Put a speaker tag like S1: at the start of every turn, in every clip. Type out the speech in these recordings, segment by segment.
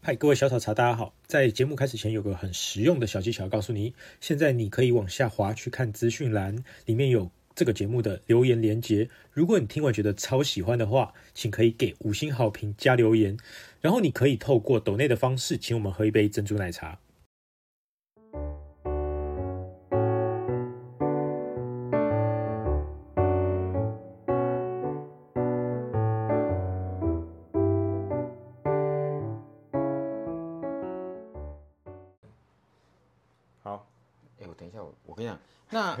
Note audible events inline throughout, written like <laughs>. S1: 嗨，各位小草茶，大家好。在节目开始前，有个很实用的小技巧要告诉你。现在你可以往下滑去看资讯栏，里面有这个节目的留言连接。如果你听完觉得超喜欢的话，请可以给五星好评加留言。然后你可以透过抖内的方式，请我们喝一杯珍珠奶茶。好，
S2: 哎、我等一下，我我跟你讲，
S1: <laughs>
S2: 那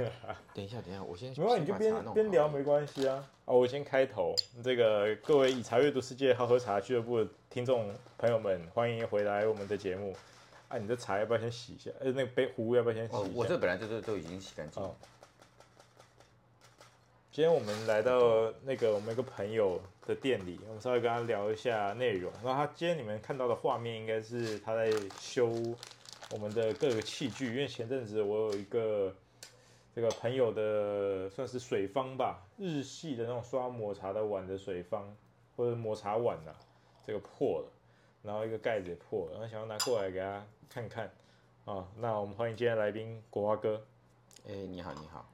S2: 等一下，等一下，我先
S1: 没关系，
S2: 先
S1: 你就
S2: 把
S1: 边
S2: 茶弄
S1: 边
S2: 好
S1: 聊没关系啊。哦，我先开头，这个各位以茶阅读世界好喝茶俱乐部的听众朋友们，欢迎回来我们的节目。啊，你的茶要不要先洗一下？呃，那个杯壶要不要先洗
S2: 哦，
S1: 一
S2: 我
S1: 下？
S2: 这本来就都都已经洗干净了
S1: 哦。今天我们来到那个我们一个朋友的店里，我们稍微跟他聊一下内容。然后他今天你们看到的画面，应该是他在修我们的各个器具，因为前阵子我有一个这个朋友的算是水方吧，日系的那种刷抹茶的碗的水方或者抹茶碗呐、这个破了，然后一个盖子也破了，然后想要拿过来给他看看啊。那我们欢迎今天来宾国华哥，
S2: 哎、你好，你好，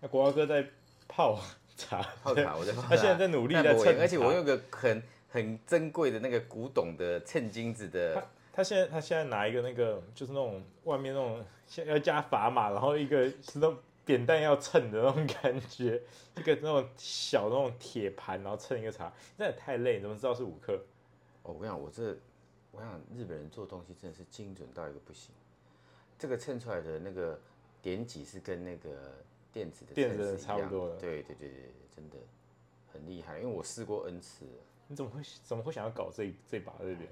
S1: 那国华哥在泡茶，
S2: 泡茶，
S1: <laughs>
S2: 我在泡茶。
S1: 他现在在努力
S2: 但
S1: 在
S2: 我
S1: 蹭
S2: 而且
S1: 茶
S2: 我有个很很珍贵的那个古董的称金子的，
S1: 他现在他现在拿一个那个就是那种外面那种现要加砝码，然后一个是那种扁担要称的那种感觉，一个那种小那种铁盘，然后称一个茶，那也太累，你怎么知道是五克？
S2: 哦，我跟你讲，我这我想日本人做东西真的是精准到一个不行，这个称出来的那个点几是跟那个电子的
S1: 电
S2: 称
S1: 子的
S2: 是一
S1: 差不
S2: 样
S1: 多了
S2: 对对对对，真的很厉害，因为我试过 N 次了。
S1: 你怎么会怎么会想要搞这一这一把在这边？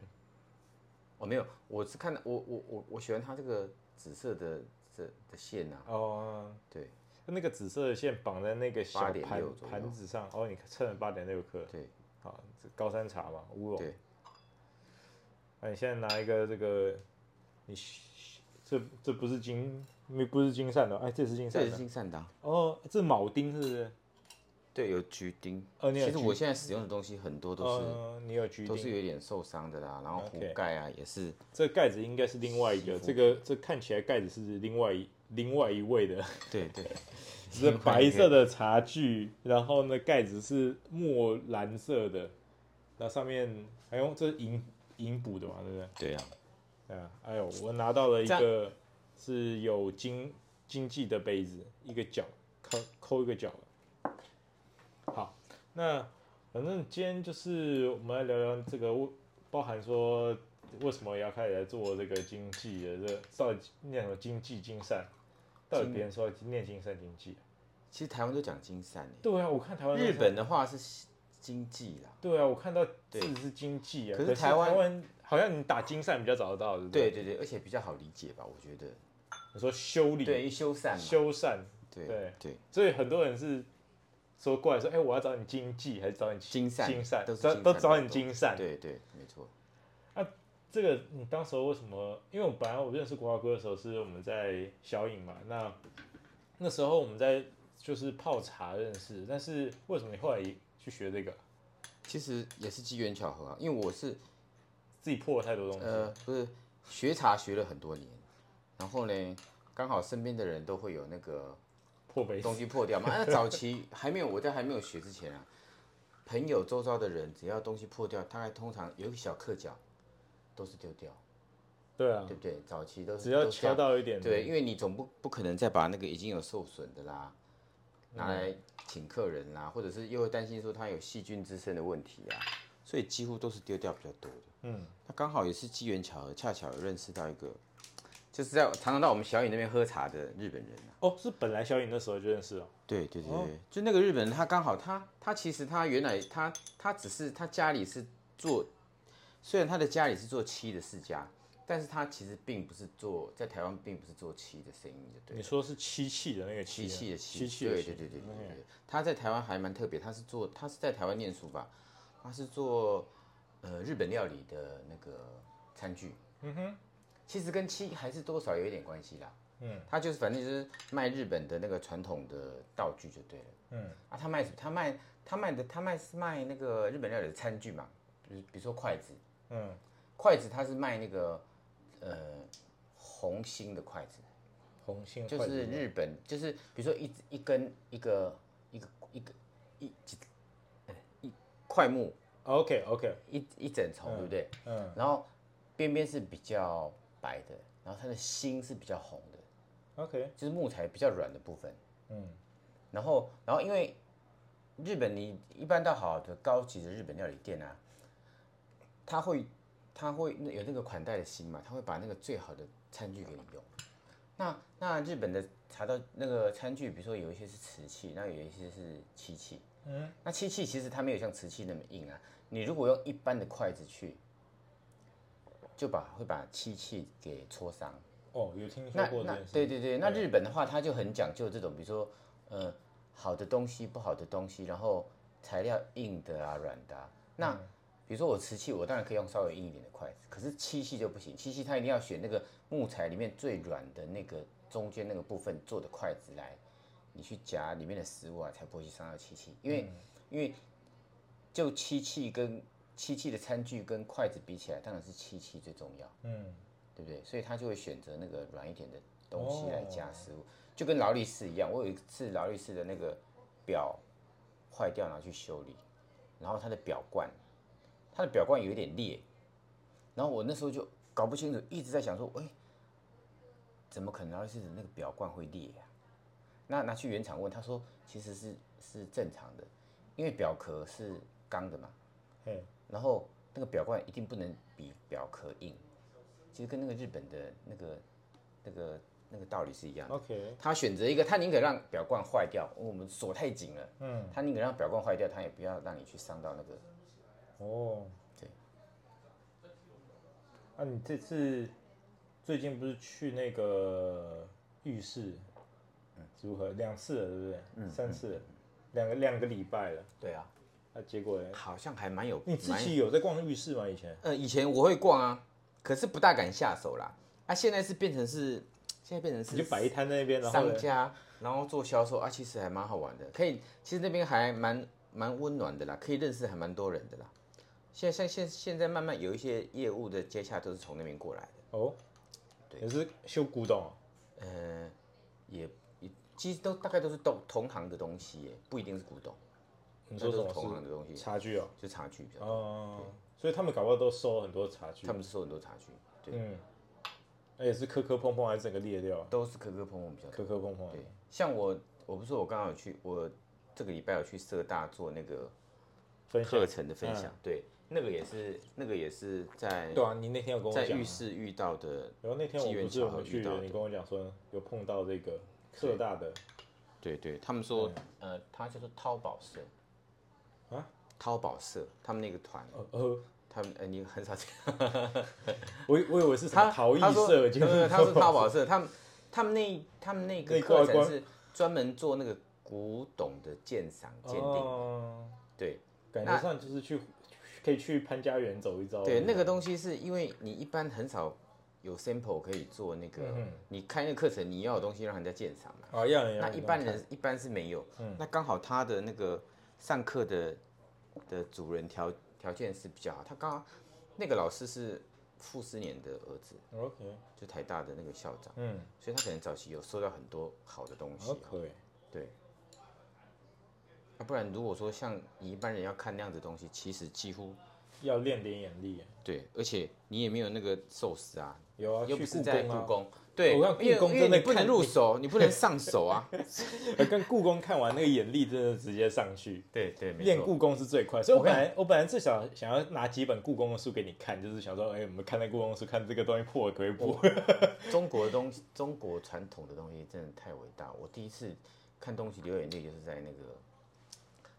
S2: 哦，没有，我是看到我我我我喜欢它这个紫色的这的线啊，
S1: 哦，
S2: 对
S1: 那个紫色的线绑在那个小
S2: 8.6
S1: 盘
S2: 左右
S1: 盘子上，哦，你称了八点六克，
S2: 对
S1: 好，这高山茶嘛，乌龙。
S2: 对，
S1: 那你现在拿一个这个，你这这不是金，没不是金扇的，哎，这是金
S2: 这
S1: 扇
S2: 也是
S1: 的。
S2: 金善达，
S1: 哦，这是铆钉是不是？
S2: 对，有橘丁。
S1: 哦你有
S2: 其实
S1: 橘
S2: 我现在使用的东西很多都是、
S1: 呃，你有橘
S2: 都是
S1: 钉，
S2: 有一点受伤的啦，然后
S1: OK
S2: 壶盖啊也是，
S1: 这盖子应该是另外一个，
S2: 西服
S1: 这个这看起来盖子是另外一另外一位的，
S2: 对对，
S1: 是白色的茶具，然后呢盖子是墨蓝色的，那上面还用这是银银补的嘛，对不对？
S2: 对啊，
S1: 对啊，哎呦，我拿到了一
S2: 这样
S1: 个是有经经济的杯子，一个角抠抠一个角好，那反正今天就是我们来聊聊这个，包含说为什么要开始来做这个经济的这到底念什么经济金善？到底别人说念金善经济？
S2: 其实台湾都讲金善耶
S1: 对啊，我看台湾
S2: 日本的话是经济啦，
S1: 对啊，我看到字
S2: 对
S1: 是经济啊，
S2: 可
S1: 可
S2: 是
S1: 是
S2: 台湾
S1: 湾好像你打金善比较找得到，对不
S2: 对？对对，而且比较好理解吧，我觉得，
S1: 你说修理、
S2: 对，一修缮嘛，
S1: 修缮，
S2: 对
S1: 对
S2: 对，
S1: 所以很多人是说过来说，哎、我要找你经济还是找你
S2: 金善
S1: 金善
S2: 都是
S1: 都
S2: 金
S1: 都
S2: 善
S1: 找
S2: 比
S1: 你
S2: 较
S1: 金善。
S2: 对对，没错，
S1: 这个你当时候为什么？因为我本来我认识国华哥的时候是我们在小影嘛，那那时候我们在就是泡茶认识，但是为什么你后来去学这个？
S2: 其实也是机缘巧合啊，因为我是
S1: 自己破了太多东西，
S2: 呃，不是学茶学了很多年，然后呢，刚好身边的人都会有那
S1: <laughs>
S2: 个
S1: 破杯子
S2: 东西破掉嘛。那、早期还没有我在还没有学之前啊，朋友周遭的人只要东西破掉，大概通常有一个小刻角都是丢掉，
S1: 对啊，
S2: 对不对？早期都是
S1: 只要
S2: 都是这
S1: 敲
S2: 样
S1: 到一点，
S2: 对，，因为你总不不可能再把那个已经有受损的啦，拿来请客人啦，或者是又会担心说它有细菌滋生的问题啊，所以几乎都是丢掉比较多的。
S1: 嗯，
S2: 那刚好也是机缘巧合，恰巧有认识到一个，就是在常常到我们小雨那边喝茶的日本人啊。
S1: 哦，是本来小影那时候就认识了，
S2: 对对对对，
S1: 哦
S2: 就那个日本人，他刚好他他其实他原来他他只是他家里是做，虽然他的家里是做漆的世家，但是他其实并不是做在台湾并不是做漆的生意的，对
S1: 你。说是漆器的那个
S2: 漆器的漆，
S1: 漆器的
S2: 对
S1: 漆
S2: 对对对对对
S1: OK
S2: 对。他在台湾还蛮特别，他是做他是在台湾念书吧，他是做呃日本料理的那个餐具。嗯哼，其实跟漆还是多少有一点关系啦。嗯，他就是反正就是卖日本的那个传统的道具就对了。嗯，啊，他卖什么？他卖他卖的他卖是卖那个日本料理的餐具嘛，比如比如说筷子。
S1: 嗯，
S2: 筷子它是卖那个呃红心的筷子，
S1: 红心
S2: 就
S1: 筷
S2: 是
S1: 子
S2: 日本，就是比如说一只一根一个一个一个一几呃一块木
S1: OK OK，
S2: 一一整丛，对不对？
S1: 嗯
S2: 然后边边是比较白的，然后它的心是比较红的，
S1: OK，
S2: 就是木材比较软的部分。
S1: 嗯
S2: 然后，然后因为日本你一般到好的高级的日本料理店啊，他会他会有那个款待的心嘛，他会把那个最好的餐具给你用。那那日本的茶道那个餐具，比如说有一些是瓷器，那有一些是漆器。
S1: 嗯，
S2: 那漆器其实它没有像瓷器那么硬啊。你如果用一般的筷子去，就把会把漆器给戳伤。
S1: 哦，有听说
S2: 那
S1: 过这
S2: 那
S1: 件事，
S2: 对对对，那日本的话，它就很讲究这种，比如说，呃，好的东西、不好的东西，然后材料硬的啊、软的啊。
S1: 嗯
S2: 那、比如说我瓷器，我当然可以用稍微硬一点的筷子，可是漆器就不行，漆器它一定要选那个木材里面最软的那个中间那个部分做的筷子来，你去夹里面的食物啊，才不会去伤到漆器，因
S1: 嗯
S2: 为、因为就漆器跟漆器的餐具跟筷子比起来，当然是漆器最重要。
S1: 嗯，
S2: 对不对？所以他就会选择那个软一点的东西来加
S1: 哦
S2: 食物，就跟劳力士一样。我有一次劳力士的那个表坏掉，拿去修理，然后它的表冠，它的表冠有一点裂，然后我那时候就搞不清楚，一直在想说，哎，怎么可能劳力士的那个表冠会裂啊？那拿去原厂问，他说其实是是正常的，因为表壳是钢的嘛，
S1: 嘿，
S2: 然后那个表冠一定不能比表壳硬，其实跟那个日本的那个那个那个道理是一样的。
S1: OK，
S2: 他选择一个，他宁可让表冠坏掉，哦我们锁太紧了，
S1: 嗯，
S2: 他宁可让表冠坏掉，他也不要让你去伤到那个。
S1: 哦，
S2: 对。
S1: 那、啊你这次最近不是去那个浴室，嗯如何？两次了，对不对？
S2: 嗯
S1: 三次了，两个两个礼拜了。
S2: 对啊，
S1: 那、结果嘞
S2: 好像还蛮有。
S1: 你自
S2: 蛮
S1: 己有在逛浴室吗？以前？
S2: 呃，以前我会逛啊，可是不大敢下手啦。啊，现在是变成是，现在变成是
S1: 你就摆一摊在那边，然后
S2: 商
S1: 嘞
S2: 家，然后做销售啊，其实还蛮好玩的，可以，其实那边还蛮蛮温暖的啦，可以认识还蛮多人的啦。现在现现现在慢慢有一些业务的接洽都是从那边过来的，
S1: 哦，也是修古董哦、
S2: 呃，也也其实都大概都是同同行的东西耶，不一定是古董，
S1: 你说
S2: 那
S1: 什
S2: 都是同
S1: 么
S2: 行的东
S1: 是
S2: 西，
S1: 茶具哦？
S2: 就茶具比较多，
S1: 哦，所以他们搞不好都收很多茶具
S2: 他，们是收很多茶具，对，
S1: 嗯，那也是磕磕碰碰，还是整个裂掉啊？
S2: 都是磕磕碰碰比较多。
S1: 磕磕碰碰啊，
S2: 对，像我，我不是说我刚好有去，我这个礼拜有去社大做那个
S1: 分享嗯
S2: 课程的分享，对，那个也是那个也是在
S1: 对啊，你那天有跟我
S2: 在
S1: 讲
S2: 浴
S1: 啊，
S2: 室遇到的，
S1: 然后那天我
S2: 机缘
S1: 不是
S2: 巧
S1: 我
S2: 合
S1: 们
S2: 遇
S1: 去
S2: 到，的
S1: 你跟我讲说有碰到这个浙大的
S2: 对对，他们说呃，他叫做淘宝社
S1: 嗯啊，
S2: 淘宝社，他们那个团，
S1: 呃呃，
S2: 他们呃，你很少见，
S1: 我以我以为是什
S2: 他
S1: 么陶艺
S2: 他说
S1: 社，结
S2: 没有没有
S1: 果
S2: 他是
S1: <laughs>
S2: 淘宝
S1: 社，
S2: 社，他们他们那他们那个
S1: 内挂
S2: 课
S1: 关
S2: 程是专门做那个古董的鉴赏鉴定，
S1: 哦，
S2: 对，
S1: 感觉上就是去可以去潘家园走一遭，
S2: 对，那个东西是因为你一般很少有 sample 可以做那
S1: 嗯
S2: 个，你开那个课程你要有东西让人家鉴赏嘛。
S1: 啊，要人
S2: 那一般人一般是没有，
S1: 嗯
S2: 那刚好他的那个上课的的主人条条件是比较好，他刚好那个老师是傅斯年的儿子，
S1: OK，
S2: 就台大的那个校长，
S1: 嗯，
S2: 所以他可能早期有收到很多好的东西
S1: 好，哦可以，
S2: 对。啊、不然如果说像你一般人要看那样子的东西，其实几乎
S1: 要练点眼力，
S2: 对，而且你也没有那个寿司啊，
S1: 有啊，
S2: 又
S1: 去
S2: 不是
S1: 故
S2: 在
S1: 宫
S2: 故
S1: 啊，
S2: 宫，对，
S1: 我看
S2: 因为
S1: 故宫
S2: 因为
S1: 真的
S2: 你不能
S1: 看
S2: 入手，你不能上手
S1: <laughs>
S2: 啊。
S1: 我呃跟故宫看完那个眼力，真的直接上去。
S2: 对对，没
S1: 练
S2: 错。
S1: 故宫是最快，所以
S2: 我
S1: 我本
S2: 跟你
S1: 来我本来最想想要拿几本故宫的书给你看，就是想说，哎、我们看那故宫的书，看这个东西破了可不可以破。
S2: 中国的东西，中国传统的东西真的太伟大。我第一次看东西流眼泪，就是在那个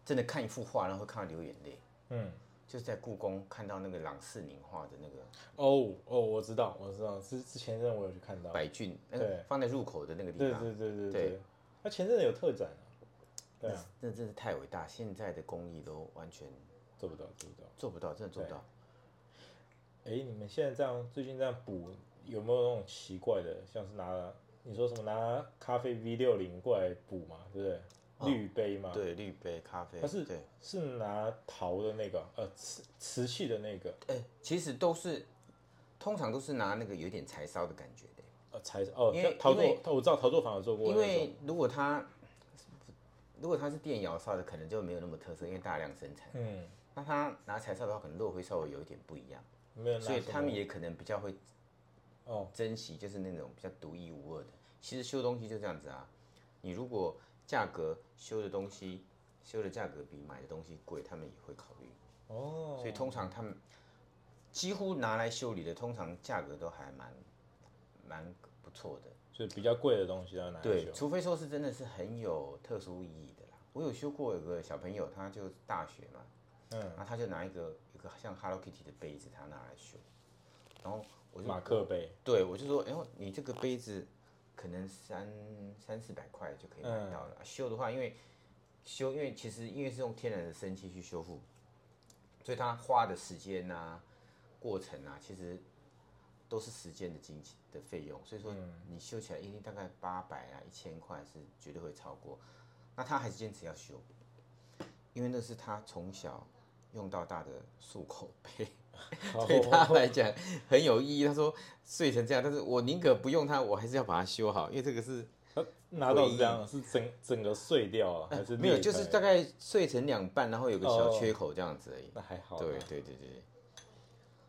S2: 真的看一幅画，然后看到流眼泪，
S1: 嗯，
S2: 就是在故宫看到那个郎世宁画的那个
S1: 哦哦，我知道，我知道，之之前阵我有去看到，
S2: 白骏，那个
S1: 对
S2: 放在入口的那个地
S1: 对
S2: 方，
S1: 对对对对
S2: 对，嗯
S1: 那前阵子有特展啊，对
S2: 那
S1: 啊，
S2: 那真是太伟大。现在的工艺都完全
S1: 做不到做不到。
S2: 做不到，真的做不到。
S1: 哎、你们现在这样最近这样补，有没有那种奇怪的，像是拿你说什么拿咖啡 V 六零过来补嘛，对不对？滤杯嘛，
S2: 嗯对，绿杯咖啡，
S1: 它是
S2: 对，
S1: 是拿陶的那个，呃，瓷瓷器的那个，
S2: 哎、其实都是通常都是拿那个有点柴烧的感觉的，
S1: 呃，才哦
S2: 因为，
S1: 陶
S2: 因为
S1: 作，我知道陶作坊有做过那
S2: 因
S1: 种，
S2: 为如果它如果它是电窑烧的，可能就没有那么特色，因为大量生产。
S1: 嗯，
S2: 那它拿柴烧的话，可能肉会稍微有一点不一样，
S1: 没有拿
S2: 所以
S1: 什
S2: 他
S1: 么
S2: 们也可能比较会
S1: 哦，
S2: 珍惜，就是那种比较独一无二的。其实修东西就这样子啊，你如果价格修的东西修的价格比买的东西贵，他们也会考虑。
S1: 哦，
S2: 所以通常他们几乎拿来修理的，通常价格都还蛮蛮不错的。
S1: 就比较贵的东西要拿来
S2: 对
S1: 修，，
S2: 除非说是真的是很有特殊意义的啦。我有修过有个小朋友，他就大学嘛，嗯，然后他就拿一个一个像 Hello Kitty 的杯子，他拿来修，然后我就
S1: 马克杯，
S2: 对我就说，哎呦，你这个杯子可能三三四百块就可以买到了。修的话，因为修，因为其实因为是用天然的生漆去修复，所以它花的时间啊、过程啊，其实都是时间的金钱的费用。所以说，你修起来一定大概八百啊、一千块是绝对会超过。那他还是坚持要修，因为那是他从小用到大的漱口杯。 <laughs> <laughs> 对他
S1: 哦
S2: 来讲很有意义。他说碎成这样，但是我宁可不用它，我还是要把它修好，因为这个是
S1: 拿到是这样，是整整个碎掉啊，还是
S2: 没有，
S1: 裂
S2: 就是
S1: 开
S2: 大概碎成两半，然后有个小
S1: 哦
S2: 缺口这样子而已。
S1: 那还好，啊
S2: 对对对对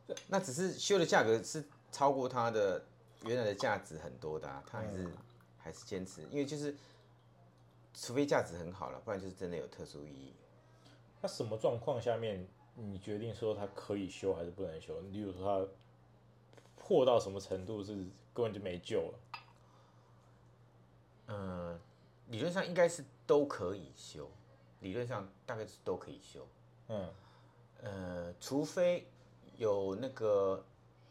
S2: 对，那只是修的价格是超过它的原来的价值很多的、啊，他还是、还是坚持，因为就是除非价值很好了，不然就是真的有特殊意义。
S1: 那什么状况下面你决定说它可以修还是不能修？例如说它破到什么程度是根本就没救了，
S2: 呃，理论上应该是都可以修，理论上大概是都可以修。
S1: 嗯，
S2: 呃，除非有那个，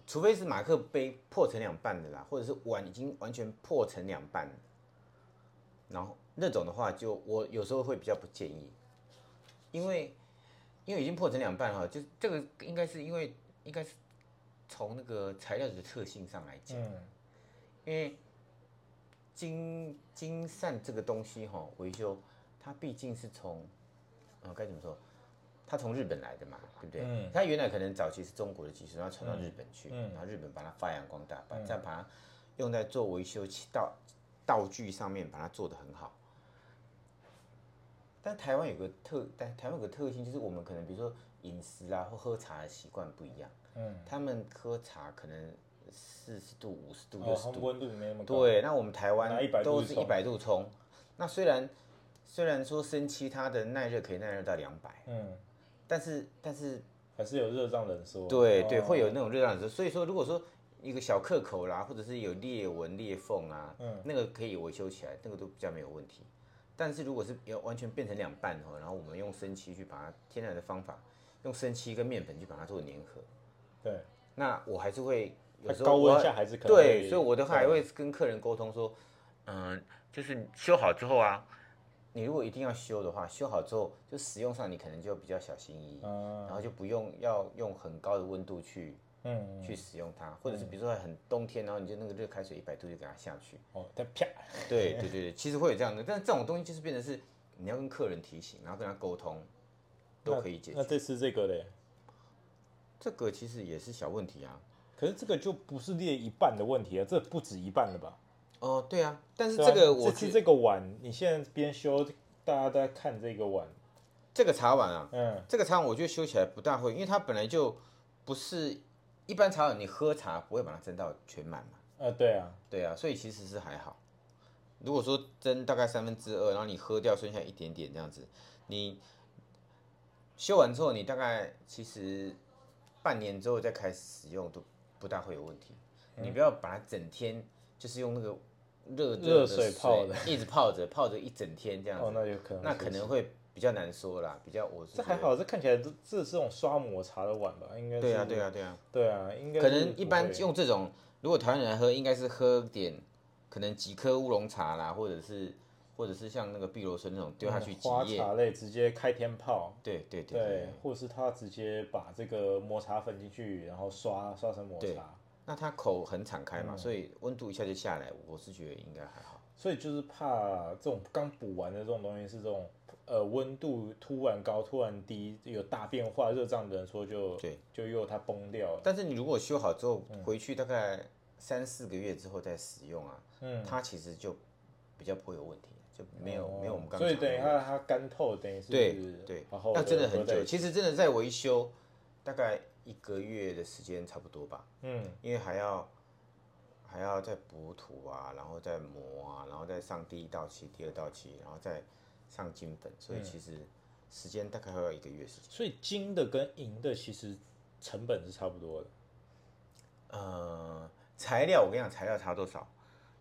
S2: 除非是马克杯破成两半的啦，或者是碗已经完全破成两半了，然后那种的话就，我有时候会比较不建议，因为因为已经破成两半哈，就是这个应该是因为应该是从那个材料的特性上来讲，
S1: 嗯
S2: 因为金金扇这个东西哈、维修它毕竟是从，呃，该怎么说？它从日本来的嘛，对不对？
S1: 嗯
S2: 它原来可能早期是中国的技术，然后传到日本去，
S1: 嗯
S2: 然后日本把它发扬光大，把、再把它用在做维修器道道具上面，把它做得很好。但台湾有个特，但台湾有个特性就是我们可能比如说饮食啊或喝茶的习惯不一样，
S1: 嗯，
S2: 他们喝茶可能四十度、五十度、
S1: 哦，
S2: 六十
S1: 它
S2: 度，
S1: 温度没那么高，
S2: 对，那我们台湾
S1: 拿100度
S2: 都是
S1: 去
S2: 一
S1: 冲
S2: 百度冲。那虽然虽然说生漆它的耐热可以耐热到两百，
S1: 嗯，
S2: 但是但是
S1: 还是有热胀冷缩，
S2: 对
S1: 哦
S2: 对会有那种热量的时候，所以说如果说一个小刻口啦，或者是有裂纹裂缝啊，
S1: 嗯
S2: 那个可以维修起来，那个都比较没有问题。但是如果是要完全变成两半哦，然后我们用生漆去把它天然的方法，用生漆跟面粉去把它做粘合，
S1: 对，
S2: 那我还是会有
S1: 它
S2: 时候
S1: 高
S2: 我
S1: 温
S2: 还
S1: 下还是可能
S2: 对，
S1: 会
S2: 所以我的话还会跟客人沟通说，嗯，就是修好之后啊，你如果一定要修的话，修好之后就使用上你可能就比较小心翼翼，
S1: 嗯
S2: 然后就不用要用很高的温度去
S1: 嗯，
S2: 去使用它，或者是比如说很冬天，然后你就那个热开水一百度就给它下
S1: <laughs>
S2: 去。
S1: 哦，它啪，
S2: 对对对对，其实会有这样的，但这种东西就是变成是你要跟客人提醒，然后跟他沟通，都可以解
S1: 那
S2: 决。
S1: 这次这个嘞，
S2: 这个其实也是小问题啊。
S1: 可是这个就不是裂一半的问题啊，这不止一半了吧？
S2: 哦，对啊，但是
S1: 对
S2: 这
S1: 啊
S2: 个我
S1: 这次
S2: 觉
S1: 这个碗，你现在边修，大家都在看这个碗，
S2: 这个茶碗啊，
S1: 嗯，
S2: 这个茶碗我觉得修起来不大会，因为它本来就不是一般茶碗，你喝茶不会把它蒸到全满嘛。
S1: 呃，对啊，
S2: 对啊，所以其实是还好。如果说蒸大概三分之二，然后你喝掉剩下一点点这样子，你修完之后，你大概其实半年之后再开始使用都不大会有问题。
S1: 嗯
S2: 你不要把它整天就是用那个热
S1: 热水泡
S2: 的水，一直泡着泡着一整天这样子，
S1: 哦，那有可能，
S2: 那可能会比较难说啦，比较我是
S1: 这
S2: 觉
S1: 还
S2: 得
S1: 好，这看起来这这是这种刷抹茶的碗吧？应该是
S2: 对啊，对啊，对啊，
S1: 对啊，应该
S2: 可
S1: 是
S2: 能
S1: 不
S2: 一般
S1: 会
S2: 用这种，如果台湾人来喝，应该是喝点可能几颗乌龙茶啦，或者是或者是像那个碧螺春那种丢下去
S1: 嗯
S2: 几
S1: 花
S2: 叶，
S1: 茶类直接开天泡，
S2: 对对对
S1: 对
S2: 对。，
S1: 或是他直接把这个抹茶粉进去，然后刷刷成抹茶，
S2: 那它口很敞开
S1: 嗯
S2: 嘛，所以温度一下就下来，我是觉得应该还好。
S1: 所以就是怕这种刚补完的这种东西是这种呃温度突然高突然低有大变化，热胀冷缩就
S2: 对
S1: 就又它崩掉了。
S2: 但是你如果修好之后
S1: 嗯
S2: 回去大概三四个月之后再使用啊，
S1: 嗯，
S2: 它其实就比较不会有问题，就没有、
S1: 哦
S2: 没有我们刚
S1: 所以
S2: 讲
S1: 等于
S2: 的
S1: 它它干透，等于是
S2: 对对
S1: 然后，
S2: 那真的
S1: 合
S2: 很
S1: 在
S2: 久。
S1: 一起
S2: 其实真的在维修，大概一个月的时间差不多吧，
S1: 嗯
S2: 因为还要还要再补土啊，然后再磨啊，然后再上第一道漆、第二道漆，然后再上金粉，所以
S1: 嗯
S2: 其实时间大概要一个月时间。
S1: 所以金的跟银的其实成本是差不多的，
S2: 呃，材料我跟你讲，材料差多少？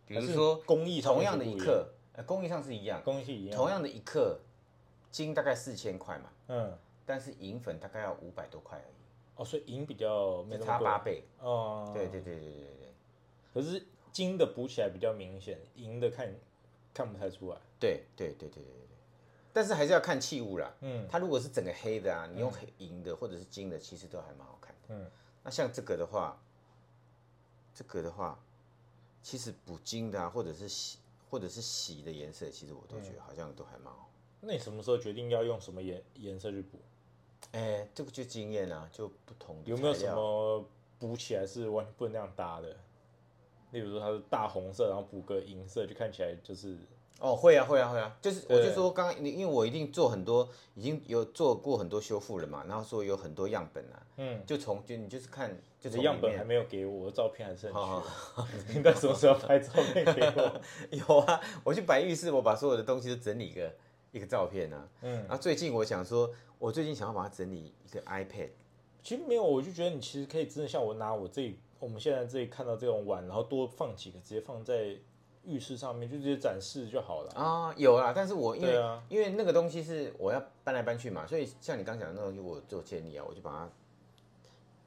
S2: 比如
S1: 还是
S2: 说
S1: 工艺上
S2: 同
S1: 面
S2: 样
S1: 是
S2: 的
S1: 不
S2: 一
S1: 一
S2: 克，呃，工艺上是一样，
S1: 工艺一样，
S2: 同样的一克，金大概四千块嘛，
S1: 嗯，
S2: 但是银粉大概要五百多块而已，
S1: 哦，所以银比较没
S2: 就
S1: 那
S2: 差
S1: 么
S2: 八
S1: 多，
S2: 倍。
S1: 哦，
S2: 对对对对对对
S1: 可是金的补起来比较明显，银的看看不太出来。
S2: 对对对对对对对。但是还是要看器物啦，
S1: 嗯，
S2: 它如果是整个黑的啊，你用黑银的或者是金的，其实都还蛮好看的。
S1: 嗯，
S2: 那像这个的话，这个的话，其实补金的啊，或者是洗或者是洗的颜色，其实我都
S1: 嗯
S2: 觉得好像都还蛮好。
S1: 那你什么时候决定要用什么颜颜色去补？
S2: 哎、这个就经验啊，就不同的
S1: 嗯有没有
S2: 材
S1: 什
S2: 料
S1: 么补起来是完全不能那样搭的？例如说它是大红色，然后补个银色，就看起来就是
S2: 哦，会啊，会啊，会啊，就是我
S1: 对
S2: 就说刚刚你，因为我一定做很多，已经有做过很多修复了嘛，然后说有很多样本啊，
S1: 嗯，
S2: 就从就你就是看，就
S1: 你
S2: 从
S1: 的样
S2: 里
S1: 本
S2: 面 <laughs> 哦
S1: 还没有给我，我照片还是很
S2: 好
S1: <laughs> 虚。你到底什么时候拍照片给我？
S2: 有啊，我去摆浴室，我把所有的东西都整理一个一个照片啊，嗯，然后最近我想说，我最近想要把它整理一个 iPad，
S1: 其实没有，我就觉得你其实可以真的像我拿我自己我们现在自己看到这种碗，然后多放几个，直接放在浴室上面，就直接展示就好了。
S2: 啊，有啊，但是我因为、
S1: 对啊
S2: 因为那个东西是我要搬来搬去嘛，所以像你刚讲的那东西，我有做建立啊，我就把它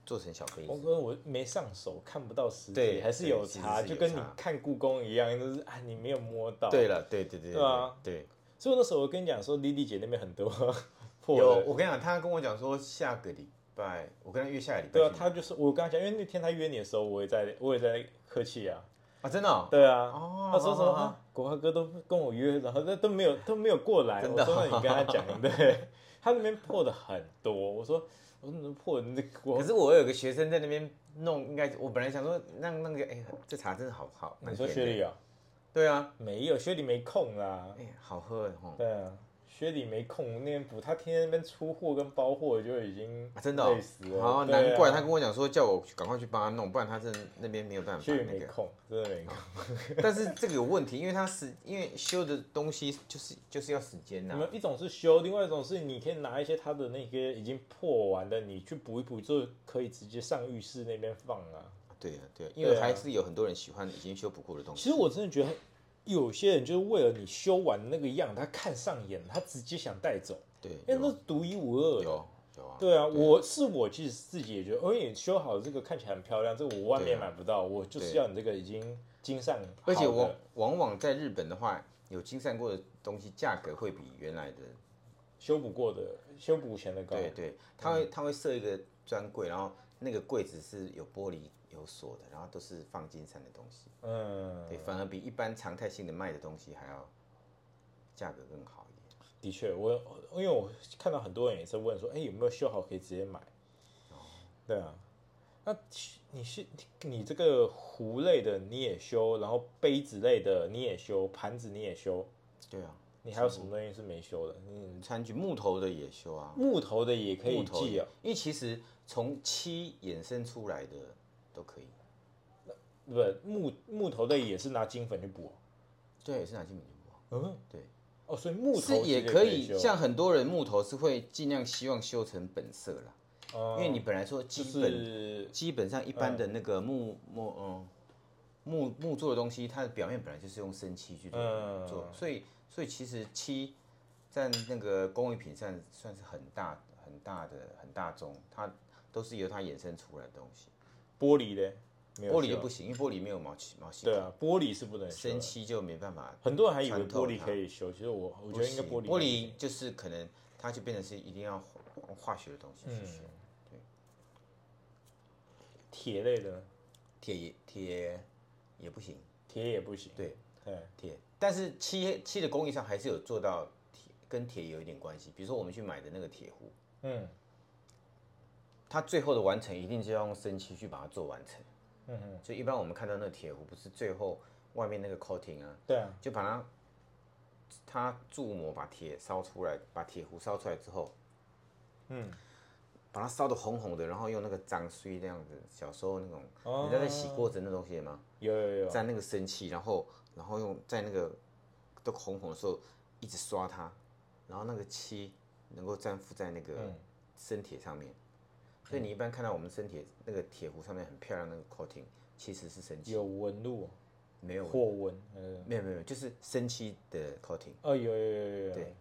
S2: 做成小杯
S1: 我
S2: 子，
S1: 跟我没上手，看不到实体，
S2: 对
S1: 还是有
S2: 对其实
S1: 差，
S2: 是
S1: 就
S2: 有
S1: 跟你
S2: 差
S1: 看故宫一样，就是啊，你没有摸到。
S2: 对，了，对对对
S1: 对啊
S2: 对。
S1: 所以那时候我跟你讲说，莉莉姐那边很多 <laughs> 破
S2: 有，
S1: 的，
S2: 我跟你讲，他跟我讲说下个礼拜，我跟他约下个礼拜去
S1: 对
S2: 买。
S1: 啊，她就是我跟她讲，因为那天她约你的时候，我也在，我也在客气啊，
S2: 啊，真的哦、
S1: 对啊，
S2: 哦
S1: 她说什么
S2: 好好好
S1: 啊，国华哥都跟我约，然后那都没有都没有过来，
S2: 真
S1: 我
S2: 的
S1: 说那你跟他
S2: <laughs>
S1: 讲，对，他那边破的很多，我说我怎么破的那我
S2: 可是我有个学生在那边弄，应该我本来想说让那个，哎、这茶真的好好，
S1: 你说
S2: 蛮
S1: 薛
S2: 甜的
S1: 礼啊，
S2: 对啊，
S1: 没有，薛礼没空啦，
S2: 哎、好喝哦，
S1: 对啊，薛礼没空那边补，他天天那边出货跟包货就已经
S2: 啊真的、哦
S1: 累死，了，
S2: 好、
S1: 对啊
S2: 难怪他跟我讲说叫我赶快去帮他弄，不然他真的那边没有
S1: <laughs>
S2: 办法
S1: 薛礼
S2: 那
S1: 没
S2: 个。
S1: 空，真的没空。
S2: 但是这个有问题，因为他是因为修的东西就是就是要时间呐、
S1: 你们一种是修，另外一种是你可以拿一些它的那个已经破完的，你去补一补，就可以直接上浴室那边放啊。
S2: 对啊，对啊，因为
S1: 对啊
S2: 还是有很多人喜欢已经修补过的东西。
S1: 其实我真的觉得有些人就是为了你修完那个样，他看上眼，他直接想带走，
S2: 对，
S1: 因为
S2: 有
S1: 那是独一无二的。
S2: 有有啊，
S1: 对啊，我是我，其实自己也觉得，而且修好这个看起来很漂亮，这个我外
S2: 对
S1: 面
S2: 啊
S1: 买不到，我就是
S2: 对
S1: 要你这个已经经上好
S2: 而
S1: 的，
S2: 且往往往在日本的话，有精算过的东西价格会比原来的，
S1: 修补过的、修补前的高。
S2: 对对，它会它会设一个专柜，然后那个柜子是有玻璃有锁的，然后都是放金山的东西，
S1: 嗯，
S2: 对，反而比一般常态性的卖的东西还要价格更好一点。
S1: 的确，我因为我看到很多人也是问说，哎、有没有修好可以直接买？
S2: 哦
S1: 对啊，那其你是你这个壶类的你也修，然后杯子类的你也修，盘子你也修，
S2: 对啊，
S1: 你还有什么东西是没修的？你
S2: 餐具木头的也修啊，
S1: 木头的也可以
S2: 木头
S1: 寄
S2: 也
S1: 啊，，
S2: 因为其实从漆衍生出来的都可以，
S1: 不，木木头的也是拿金粉去补。
S2: 对，是哪些米木啊？
S1: 嗯，
S2: 对。
S1: 哦，所以木头
S2: 是也
S1: 可
S2: 可以，
S1: 修啊
S2: 像很多人木头是会尽量希望修成本色啦，
S1: 嗯
S2: 因为你本来说基
S1: 就
S2: 本、
S1: 是
S2: 基本上一般的那个木木嗯木木做的东西，它的表面本来就是用生漆去做、
S1: 嗯
S2: 做，所以所以其实漆在那个工艺品上算是很大很大的很大宗，它都是由它衍生出来的东西。
S1: 玻璃的，没有
S2: 玻璃就
S1: 修
S2: 不行，因为玻璃没有毛漆毛细
S1: 对
S2: 孔，
S1: 啊，玻璃是不能修的
S2: 生漆就没办法。
S1: 很多人还以为
S2: 穿透
S1: 玻璃
S2: 它
S1: 可以修，其实我我觉得应该
S2: 不
S1: 玻璃
S2: 行玻璃就是可能它就变成是一定要化化学的东
S1: 嗯
S2: 西去修。
S1: 铁类的呢
S2: 铁也铁也不行，
S1: 铁也不行。
S2: 对
S1: 对，
S2: 铁，但是漆漆的工艺上还是有做到铁跟铁有一点关系。比如说我们去买的那个铁壶，
S1: 嗯
S2: 它最后的完成一定是要用生漆去把它做完成。
S1: 嗯哼，
S2: 所以一般我们看到那个铁壶，不是最后外面那个 coating 啊，
S1: 对啊，
S2: 就把它它铸模把铁烧出来，把铁壶烧出来之后，
S1: 嗯，
S2: 把它烧的红红的，然后用那个脏水那样子，小时候那种，
S1: 哦
S2: 人家在洗锅子那东西吗？
S1: 有有有，
S2: 沾那个生漆，然后然后用在那个都红红的时候一直刷它，然后那个漆能够粘附在那个
S1: 嗯
S2: 生铁上面。所以你一般看到我们生铁那个铁壶上面很漂亮那个 coating，其实是生漆，
S1: 有纹路，
S2: 没有
S1: 火纹，呃，
S2: 没有没有，就是生漆的 coating。
S1: 哦，有有有有有，
S2: 对，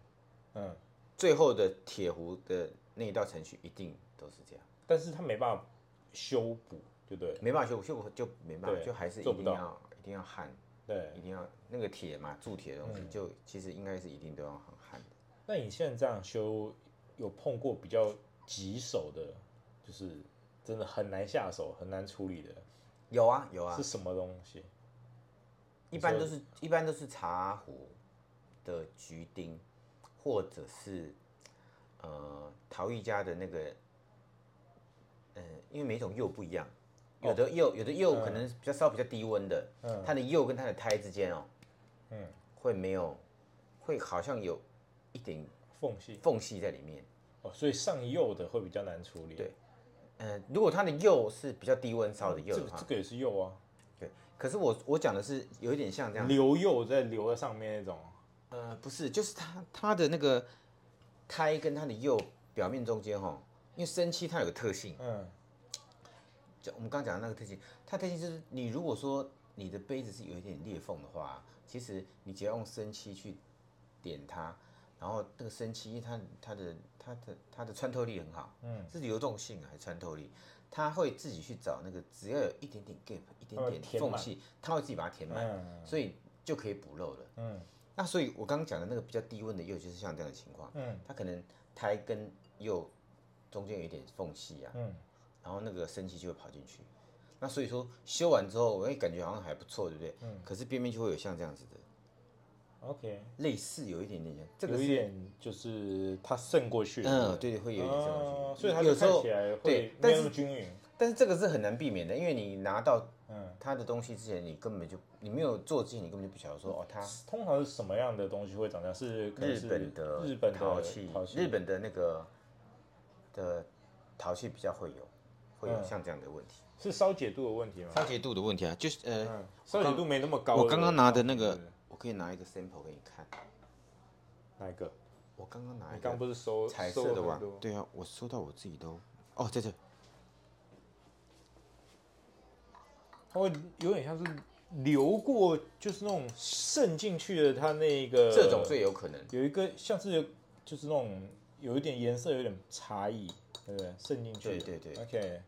S1: 嗯，
S2: 最后的铁壶的那一道程序一定都是这样，
S1: 但是它没办法修补，就对了，
S2: 没办法修，修补就没办法，
S1: 对
S2: 就还是一
S1: 做不
S2: 定
S1: 到
S2: 要一定要焊，
S1: 对。
S2: 一定要那个铁嘛，铸铁的东西，
S1: 嗯
S2: 就其实应该是一定都要很焊的。
S1: 那你现在这样修，有碰过比较棘手的，就是真的很难下手、很难处理的，
S2: 有啊有啊
S1: 是，什么东西？
S2: 一般都是一般都是茶壶的橘钉，或者是呃陶艺家的那个，呃，因为每种釉不一样，有
S1: 哦
S2: 的釉、有的釉
S1: 嗯
S2: 可能比较烧比较低温的，它的釉跟它的胎之间哦，嗯，会没有，会好像有一点
S1: 缝隙
S2: 缝隙在里面。
S1: 哦，所以上釉的会比较难处理。
S2: 对呃，如果它的釉是比较低温烧的釉
S1: 这
S2: 的
S1: 个
S2: 话
S1: 这，个也是釉啊，
S2: 对。可是我我讲的是有一点像这样，
S1: 留釉在留在上面那种。
S2: 呃，不是，就是它它的那个胎跟它的釉表面中间哈，因为生漆它有个特性，
S1: 嗯
S2: 就我们刚讲的那个特性，它特性就是你如果说你的杯子是有一点裂缝的话，其实你只要用生漆去点它，然后这个生漆因为它它的它的它的穿透力很好，嗯，是流动性啊还是穿透力，它会自己去找那个只要有一点点 gap 一
S1: 它
S2: 点
S1: 会
S2: 点
S1: 填
S2: 缝
S1: 满
S2: 隙，它会自己把它填满，
S1: 嗯
S2: 所以就可以补漏了。
S1: 嗯
S2: 那所以，我刚刚讲的那个比较低温的釉，就是像这样的情况，
S1: 嗯
S2: 它可能胎跟釉中间有一点缝隙啊，
S1: 嗯，
S2: 然后那个生漆就会跑进去。那所以说修完之后，我会感觉好像还不错，对不对？嗯。可是边边就会有像这样子的，
S1: ，OK，
S2: 类似有一点点像这个
S1: 有一
S2: 是，
S1: 点就是它渗过去。
S2: 嗯，
S1: 不，
S2: 对对，会有一点这样的
S1: 哦
S2: 感觉
S1: 所以它就
S2: 有时
S1: 看
S2: 候
S1: 起
S2: 对
S1: 来会没
S2: 但
S1: 有那
S2: 是
S1: 么均匀。
S2: 但是这个是很难避免的，因为你拿到
S1: 嗯
S2: 它的东西之前，你根本就你没有做之前，你根本就不晓得说哦，它
S1: 通常是什么样的东西会长这样？是可能
S2: 日
S1: 是
S2: 本的
S1: 日本的
S2: 陶器
S1: 陶，器
S2: 日本的那个的陶器比较会有，会
S1: 嗯
S2: 有像这样的问题，
S1: 是烧解度的问题吗？
S2: 烧结度的问题啊，就是呃，
S1: 嗯，烧解度没那么高。
S2: 我刚刚拿的那
S1: 对
S2: 个
S1: 不对，
S2: 我可以拿一个 sample 给你看，
S1: 哪一个？
S2: 我刚刚拿
S1: 你
S2: 一
S1: 刚
S2: 个
S1: 不是收
S2: 彩色的碗
S1: 收了很，多呃
S2: 对啊，我收到我自己都，哦，在这，
S1: 它会有点像是流过，就是那种渗进去的，它那个
S2: 这种最有可能，
S1: 有一个像是就是那种有一点颜色有点差异，对不对？渗进去的。
S2: 对对对
S1: OK，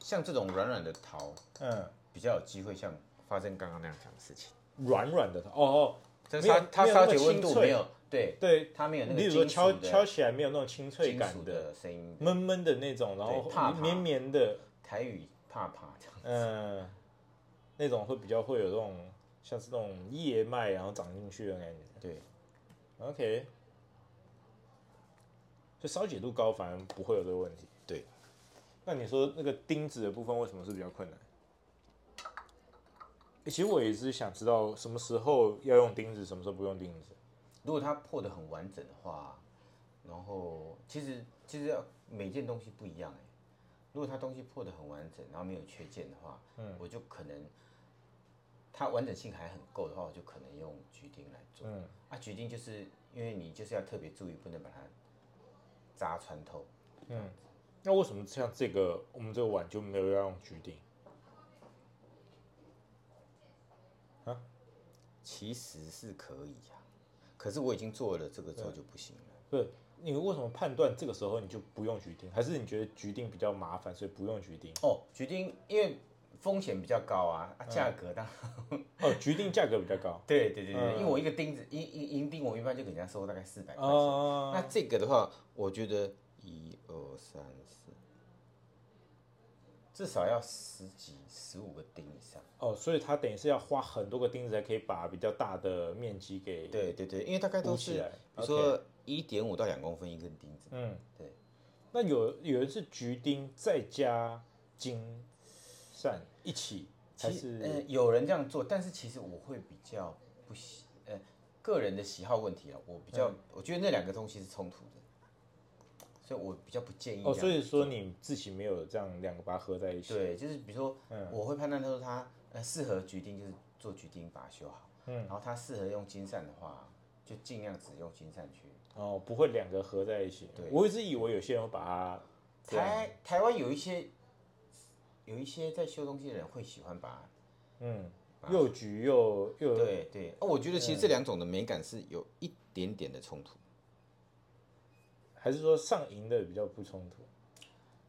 S2: 像这种软软的陶，
S1: 嗯，
S2: 比较有机会像发生刚刚那样讲的事情，
S1: 软软的它，哦哦，
S2: 这
S1: 没有
S2: 它它
S1: 没有那
S2: 烧
S1: 么
S2: 结温
S1: 清
S2: 度
S1: 脆
S2: 没有，对，
S1: 对，
S2: 它没有那
S1: 例
S2: 个
S1: 如说
S2: 金
S1: 敲
S2: 属
S1: 敲
S2: 的
S1: 起来没有那种清脆
S2: 金
S1: 感
S2: 属
S1: 的，
S2: 的声音，
S1: 闷闷的那种，然后
S2: 对怕怕
S1: 绵绵的，
S2: 台语怕怕这样。
S1: 嗯，那种会比较会有这种像是那种叶脉然后长进去的感觉。
S2: 对，
S1: OK，就烧解度高，反而不会有这个问题。
S2: 对，
S1: 那你说那个钉子的部分为什么是比较困难？欸其实我也是想知道什么时候要用钉子，什么时候不用钉子。
S2: 如果它破的很完整的话，然后其实其实要每件东西不一样哎、如果它东西破的很完整，然后没有缺件的话，嗯，我就可能它完整性还很够的话，我就可能用橘钉来做。
S1: 嗯，
S2: 啊，橘钉就是因为你就是要特别注意，不能把它扎穿透。
S1: 那为什么像这个我们这个碗就没有要用橘钉？
S2: 其实是可以啊，可是我已经做了这个之后就不行了。
S1: 不是，你为什么判断这个时候你就不用橘钉？还是你觉得橘钉比较麻烦，所以不用橘钉？
S2: 哦，橘钉因为风险比较高啊，啊价格当然
S1: 哦，橘钉价格比较
S2: <laughs>
S1: 高。
S2: 对对对对，
S1: 嗯
S2: 因为我一个钉子，一一银钉，我一般就给人家收大概四百块钱。
S1: 哦，
S2: 那这个的话，我觉得一二三四，至少要十几、十五个钉以上。
S1: 哦，所以它等于是要花很多个钉子才可以把比较大的面积给
S2: 对对对，因为大概都
S1: 鼓起
S2: 是
S1: 来。
S2: 比如说一点五到两公分一根钉子，
S1: 嗯，
S2: 对。
S1: 那有有一次橘丁再加金扇一起，还
S2: 其实
S1: 是、
S2: 呃有人这样做，但是其实我会比较不喜呃个人的喜好问题啊，我比较、我觉得那两个东西是冲突的，所以我比较不建议这
S1: 哦，
S2: 样。
S1: 所以说你自己没有这样两个把它合在一起。
S2: 呃对，就是比如说、我会判断他说他呃适合橘钉就是做橘钉把它修好，嗯，然后他适合用金扇的话，就尽量只用金扇去。
S1: 哦，不会两个合在一起。
S2: 对
S1: 我一直以为有些人会把它这样
S2: 台台湾有一些有一些在修东西的人会喜欢把
S1: 嗯又橘又又
S2: 对对，哦，我觉得其实这两种的美感是有一点点的冲突。
S1: 还是说上赢的比较不冲突。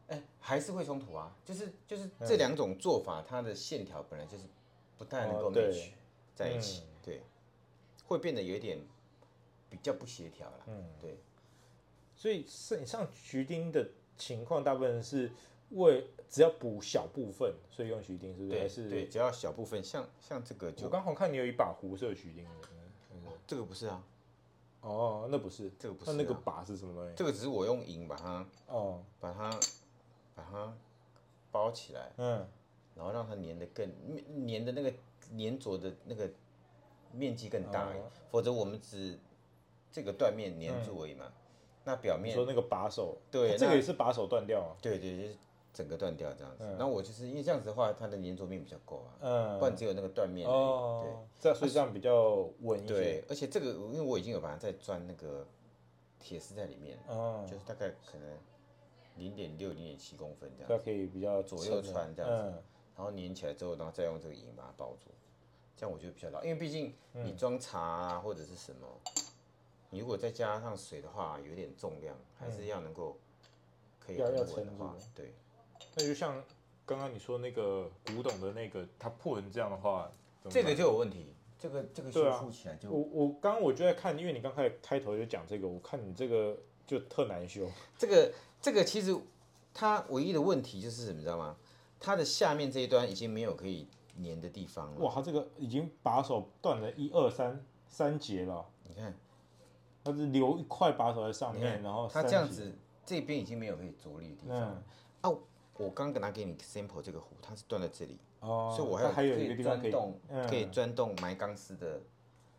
S2: 哎、还是会冲突啊，就是就是这两种做法，它的线条本来就是不太能
S1: 哦
S2: 够
S1: 对
S2: match 在一起，对，会变得有一点比较不协调啦。嗯，对，
S1: 所以是你上橘丁的情况，大部分是为只要补小部分，所以用橘丁，是不是？还
S2: 对
S1: 是
S2: 对，只要小部分，像像这个
S1: 我
S2: 就
S1: 刚好看你有一把胡色橘丁的。嗯
S2: 这个不是啊，
S1: 哦，那不是，
S2: 这个不
S1: 那
S2: 是
S1: 那个
S2: 啊
S1: 把是什么东西？
S2: 这个只是我用银把它
S1: 哦，
S2: 把它把它包起来，
S1: 嗯，
S2: 然后让它粘的更粘的那个粘着的那个面积更大而已，
S1: 哦
S2: 否则我们只这个断面粘住而已嘛，那表
S1: 嗯你
S2: 面
S1: 说那个把手，
S2: 对
S1: 这个
S2: 那
S1: 也是把手断掉啊。
S2: 对对，就是整个断掉这样子。然后我就是因为这样子的话，它的粘着面比较够啊，
S1: 嗯，
S2: 不然只有那个断面而已。
S1: 哦，这样所以这样比较
S2: 对
S1: 稳一些。
S2: 对，而且这个因为我已经有把它再钻那个铁丝在里面，
S1: 嗯，
S2: 就是大概可能零点六、零点七公分这样，
S1: 它可以比较
S2: 左右
S1: 撑的
S2: 穿这样子
S1: 嗯
S2: 然后粘起来之后，然后再用这个银把它包住，这样我觉得比较牢。因为毕竟
S1: 嗯
S2: 你装茶啊或者是什么，你如果再加上水的话，有点重量，还是要能够可以
S1: 嗯要
S2: 很
S1: 要
S2: 稳的
S1: 撑
S2: 话
S1: 住，
S2: 对。
S1: 那就像刚刚你说那个古董的那个，它破成这样的话，怎么
S2: 这
S1: 办
S2: 个就有问题，这个这个
S1: 对
S2: 修
S1: 啊
S2: 复起来就
S1: 我我刚刚我就在看，因为你刚才开头就讲这个，我看你这个就特难修。
S2: 这个这个其实它唯一的问题就是什么，你知道吗？它的下面这一端已经没有可以粘的地方了。
S1: 哇，它这个已经把手断了一二三三节了，
S2: 你看，
S1: 它是留一块把手在上
S2: 你
S1: 面，
S2: 看，
S1: 然后
S2: 它
S1: 三
S2: 这样
S1: 节，
S2: 子这边已经没有可以着力的地方了
S1: 嗯。，
S2: 啊，我刚拿给你 sample 这个壶，它是断在这里，
S1: 哦，
S2: 所以我
S1: 它还
S2: 有
S1: 有一个地方可
S2: 钻
S1: 以
S2: 洞，
S1: 嗯
S2: 可以钻洞埋钢丝的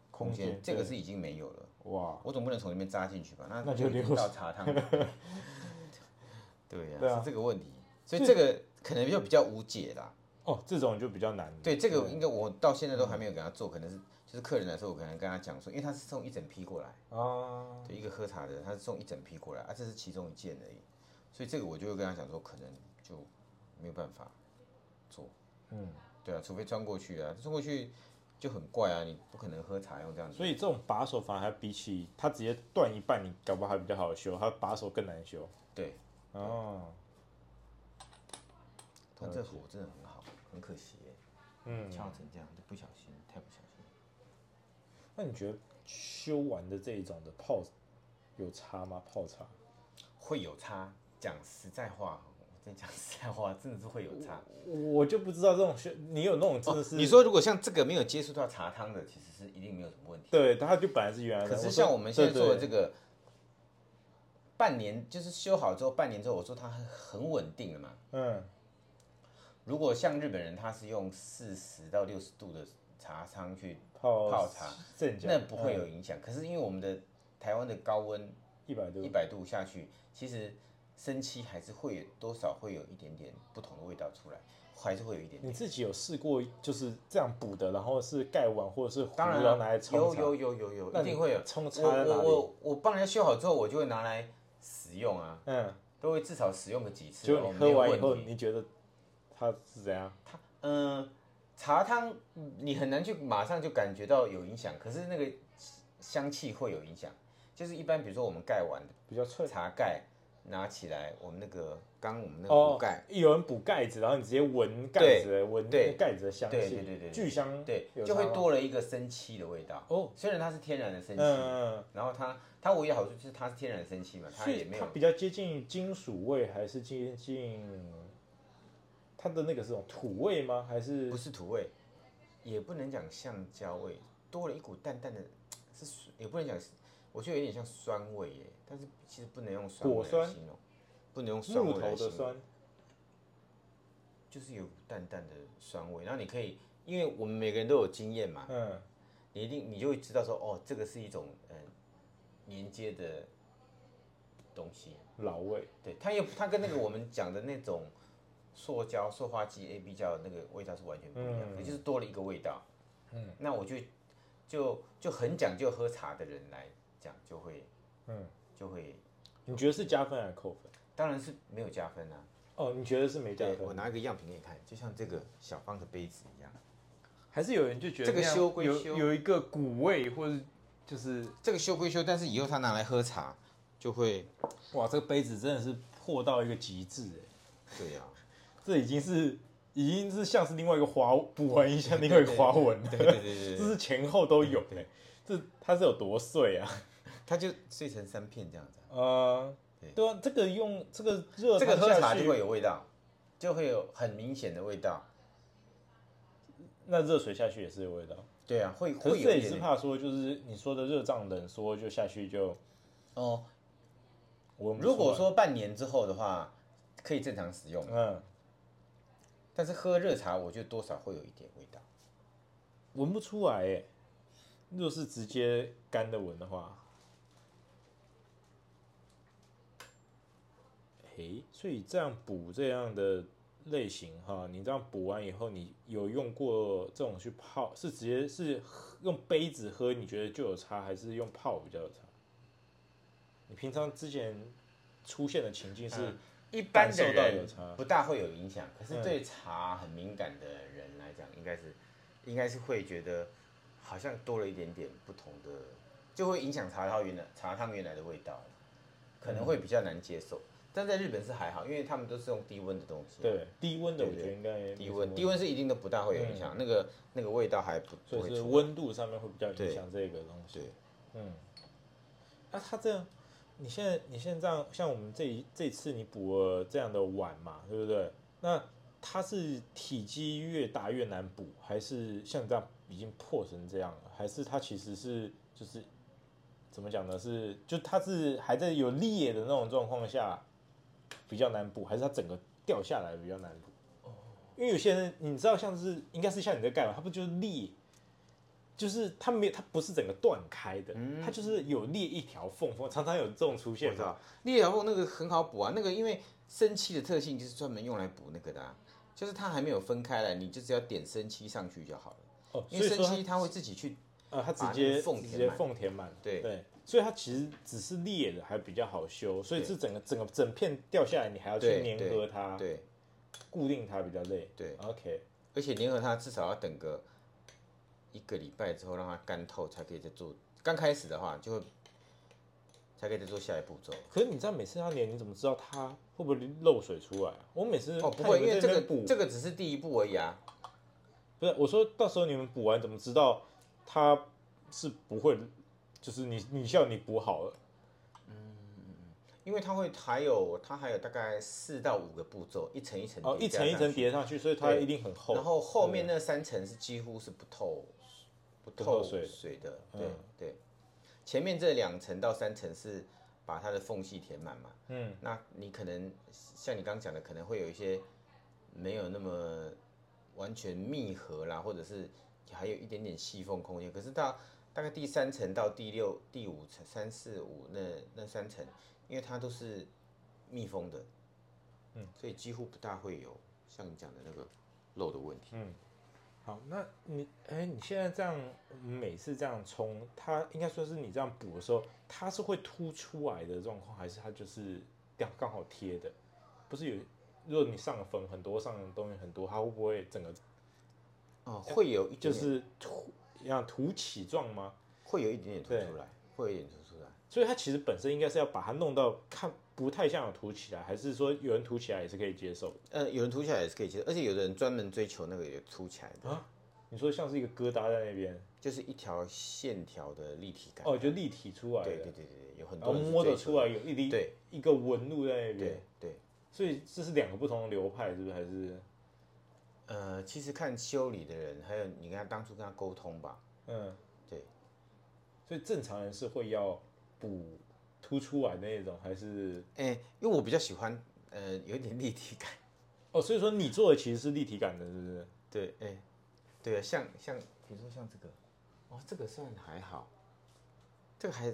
S2: 空
S1: 空
S2: 间
S1: 间，
S2: 这个
S1: 对
S2: 是已经没有了。
S1: 哇，
S2: 我总不能从里面扎进去吧？那
S1: 那就
S2: 已经
S1: 留
S2: 到茶汤。 <laughs> 对呀、
S1: 对啊
S2: 是这个问题，所以
S1: 是
S2: 这个可能就比较无解啦。
S1: 哦，这种就比较难了。
S2: 对，这个应该我到现在都还
S1: 嗯
S2: 没有给他做，可能是就是客人来说，我可能跟他讲说，因为他是送一整批过来，
S1: 啊，
S2: 对，一个喝茶的，他是送一整批过来啊，这是其中一件而已，所以这个我就会跟他讲说，可能就没有办法做，
S1: 嗯，
S2: 对啊，除非穿过去啊，穿过去就很怪啊，你不可能喝茶用这样子，
S1: 所以这种把手反而还比起它直接断一半，你搞不好还比较好修，它把手更难修。
S2: 对，
S1: 哦，
S2: 但这火真的很好，很可惜耶，
S1: 嗯，
S2: 敲成这样就不小心，太不小心了。
S1: 那你觉得修完的这一种的泡有差吗？泡茶？
S2: 会有差，讲实在话，我真讲实在话，真的是会有差。
S1: 我就不知道这种修，你有那种真的是、
S2: 哦你说如果像这个没有接触到茶汤的，其实是一定没有什么问题。
S1: 对，它就本来是原来的。
S2: 可是
S1: 说
S2: 像我们现在做的这
S1: 对
S2: 个，半年就是修好之后，半年之后，我说它很很稳定了嘛。
S1: 对嗯
S2: 如果像日本人，他是用四十到六十度的茶汤去，
S1: 嗯泡
S2: 泡茶
S1: 正价嗯
S2: 那不会有影响。可是因为我们的台湾的高温
S1: 一百多
S2: 一百度下去，其实生漆还是会有多少会有一点点不同的味道出来，还是会有一点点。
S1: 你自己有试过就是这样补的，然后是盖碗或者是壶
S2: 当然
S1: 然后
S2: 了
S1: 拿来冲
S2: 有
S1: 茶
S2: 有有有有，
S1: 那
S2: 一定会有。
S1: 冲茶
S2: 我
S1: 在哪
S2: 我
S1: 里？
S2: 我我帮人家修好之后，我就会拿来使用啊，
S1: 嗯，
S2: 都会至少使用个几次。
S1: 结果
S2: 哦
S1: 你
S2: 没
S1: 喝
S2: 有
S1: 完以
S2: 问
S1: 后，
S2: 题
S1: 你觉得它是怎样？
S2: 嗯，茶汤你很难去马上就感觉到有影响，可是那个香气会有影响。就是一般比如说我们盖完
S1: 比较脆。
S2: 茶盖拿起来，我们那个刚我们那个
S1: 哦
S2: 壶盖，，
S1: 有人补盖子，然后你直接闻盖
S2: 对
S1: 子的，闻
S2: 对
S1: 那盖子的香气，
S2: 对对对对对
S1: 巨香，
S2: 对，
S1: 有
S2: 就会
S1: 差吗
S2: 多了一个生漆的味道。
S1: 哦，
S2: 虽然它是天然的生漆，
S1: 嗯，
S2: 然后它它唯一的好处就是它是天然的生漆嘛，它
S1: 所
S2: 也
S1: 以
S2: 没
S1: 它
S2: 有
S1: 比较接近金属味，还是接近它的那个是种土味吗？还是
S2: 不是土味，也不能讲橡胶味，多了一股淡淡的，是酸也不能讲是，我觉得有点像酸味耶，但是其实不能用酸
S1: 果
S2: 味来
S1: 酸
S2: 形容，不能用酸
S1: 木
S2: 味
S1: 头
S2: 来形
S1: 的
S2: 容，
S1: 酸？
S2: 就是有淡淡的酸味。然后你可以，因为我们每个人都有经验嘛，
S1: 嗯，
S2: 你一定你就会知道说，哦，这个是一种嗯连接的东西。
S1: 老味。
S2: 对，它也它跟那个我们讲的那种塑胶塑化剂 A B 胶的那个味道是完全不一样的，
S1: 嗯
S2: 就是多了一个味道。嗯，那我就就就很讲究喝茶的人来讲，就会
S1: 嗯，
S2: 就会，
S1: 你觉得是加分还是扣分？
S2: 当然是没有加分啊。
S1: 哦，你觉得是没加
S2: 对，我
S1: 分？
S2: 拿一个样品给你看，就像这个小方的杯子一样，
S1: 还是有人就觉得
S2: 这个
S1: 那样
S2: 修归
S1: 有
S2: 修
S1: 有一个古味，或者就是
S2: 这个修归修，但是以后他拿来喝茶就会，
S1: 哇，这个杯子真的是破到一个极致哎，
S2: 对 <laughs> 啊，
S1: 这已经是已经是像是另外一个花补完一下另外一个花纹了，
S2: 对对对对
S1: 这
S2: 对，
S1: 是前后都有哎，这它是有多碎啊？
S2: 它就碎成三片这样子啊、
S1: 呃，
S2: 对
S1: 对啊，这个用这个热
S2: 这个
S1: 汤
S2: 喝
S1: 下
S2: 茶
S1: 去
S2: 就会有味道，就会有很明显的味道。
S1: 那热水下去也是有味道，
S2: 对啊，会会
S1: 可是
S2: 有
S1: 这也
S2: 一
S1: 是
S2: 点
S1: 怕说就是你说的热胀冷缩就下去就
S2: 哦。
S1: 我
S2: 如果说半年之后的话，可以正常使用，
S1: 嗯
S2: 但是喝热茶，我觉得多少会有一点味道。
S1: 闻不出来哎，若是直接干的闻的话，诶，所以这样补这样的类型哈，你这样补完以后，你有用过这种去泡，是直接是喝用杯子喝，你觉得就有差，还是用泡比较有差？你平常之前出现的情境是
S2: 嗯一般
S1: 感受
S2: 的
S1: 到有
S2: 人
S1: 差，
S2: 不大会有影响，可是
S1: 嗯
S2: 对茶很敏感的人来讲，应该是应该是会觉得好像多了一点点不同的，就会影响茶汤原来茶汤原来的味道，可能
S1: 嗯
S2: 会比较难接受。但在日本是还好，因为他们都是用低温的东西，，
S1: 对低温的，我
S2: 对
S1: 觉得应该没
S2: 低
S1: 什么
S2: 温
S1: 问
S2: 低温是一定都不大会有影响，那个那个味道还不
S1: 嗯所
S2: 不会
S1: 以是
S2: 出来。
S1: 温度上面会比较影
S2: 对
S1: 响这个东西。
S2: 对，
S1: 嗯，那、它这样，你现在你现在这样，像我们这一这次你补了这样的碗嘛，对不对？那它是体积越大越难补，还是像这样已经破成这样了？还是它其实是就是怎么讲呢？是就它是还在有裂的那种状况下比较难补，还是它整个掉下来比较难补？因为有些人你知道，像是应该是像你在盖嘛，它不就是裂，就是它没有，它不是整个断开的，它就是有裂一条缝缝，常常有这种
S2: 嗯
S1: 出
S2: 我
S1: 现
S2: 知
S1: 嘛。
S2: 道，裂条缝那个很好补啊，那个因为生漆的特性就是专门用来补那个的、啊，就是它还没有分开来，你就只要点生漆上去就好了。
S1: 哦，
S2: 因
S1: 所
S2: 为生
S1: 以说它
S2: 漆它会自己去，
S1: 呃，它直
S2: 把那
S1: 接
S2: 个缝
S1: 直
S2: 填
S1: 接
S2: 满
S1: 缝填满了，
S2: 对
S1: 对，所以它其实只是裂的，还比较好修，所以
S2: 对
S1: 是整个整个整片掉下来，你还要去
S2: 对
S1: 粘
S2: 对
S1: 合它，
S2: 对
S1: 固定它比较累。
S2: 对，
S1: OK，
S2: 而且粘合它至少要等个一个礼拜之后让它干透才可以再做。刚开始的话就会才可以再做下一步骤。
S1: 可是你知道每次它粘，你怎么知道它会不会漏水出来啊？我每次
S2: 哦，不
S1: 看
S2: 会，
S1: 你
S2: 因
S1: 们
S2: 为
S1: 在
S2: 这
S1: 那
S2: 个
S1: 边补
S2: 这个只是第一步而已啊。
S1: 不是，我说到时候你们补完怎么知道它是不会？就是你你叫你补好了，
S2: 因为它会还有它还有大概四到五个步骤，一层一层
S1: 哦，
S2: 叠
S1: 一
S2: 加
S1: 层一
S2: 上
S1: 层
S2: 去
S1: 叠上去，所以它
S2: 对
S1: 一定很厚。嗯
S2: 然后后面那三层是几乎是不透不
S1: 不
S2: 透
S1: 透水的
S2: 水的，
S1: 嗯
S2: 对对。前面这两层到三层是把它的缝隙填满嘛，
S1: 嗯，
S2: 那你可能像你刚讲的，可能会有一些没有那么完全密合啦，或者是还有一点点细缝空间。可是到大概第三层到第六、第五层、三四五那那三层，因为它都是密封的，嗯，所以几乎不大会有像你讲的那个漏的问题。
S1: 嗯好，那你哎、你现在这样嗯每次这样冲，它应该说是你这样补的时候，它是会凸出来的状况，还是它就是刚刚好贴的？不是有，如果你上了粉很多，上了东西很多，它会不会整个
S2: 哦，会有一点点
S1: 就是凸，像凸起状吗？
S2: 会有一点点凸
S1: 对
S2: 出来，会有一点凸出来。
S1: 所以它其实本身应该是要把它弄到看不太像有凸起来，还是说有人凸起来也是可以接受的？
S2: 呃，有人凸起来也是可以接受，而且有的人专门追求那个有凸起来的，
S1: 啊你说像是一个疙瘩在那边，
S2: 就是一条线条的立体感。
S1: 哦，就立体出来
S2: 对
S1: 的
S2: 对，对对对，有很
S1: 然后
S2: 多人是
S1: 摸得
S2: 追求
S1: 出来有一
S2: 的。
S1: 滴
S2: 对
S1: 一个纹路在那边
S2: 对，对，
S1: 所以这是两个不同的流派，是不是？还是
S2: 呃，其实看修理的人，还有你跟他当初跟他沟通吧，
S1: 嗯，
S2: 对。
S1: 所以正常人是会要补凸出来的那种，还是
S2: 哎、因为我比较喜欢呃有一点立体感， <laughs>
S1: 哦？所以说你做的其实是立体感的，是不是？
S2: 对，哎、对啊，像像比如说像这个，哦，这个算还好，这个还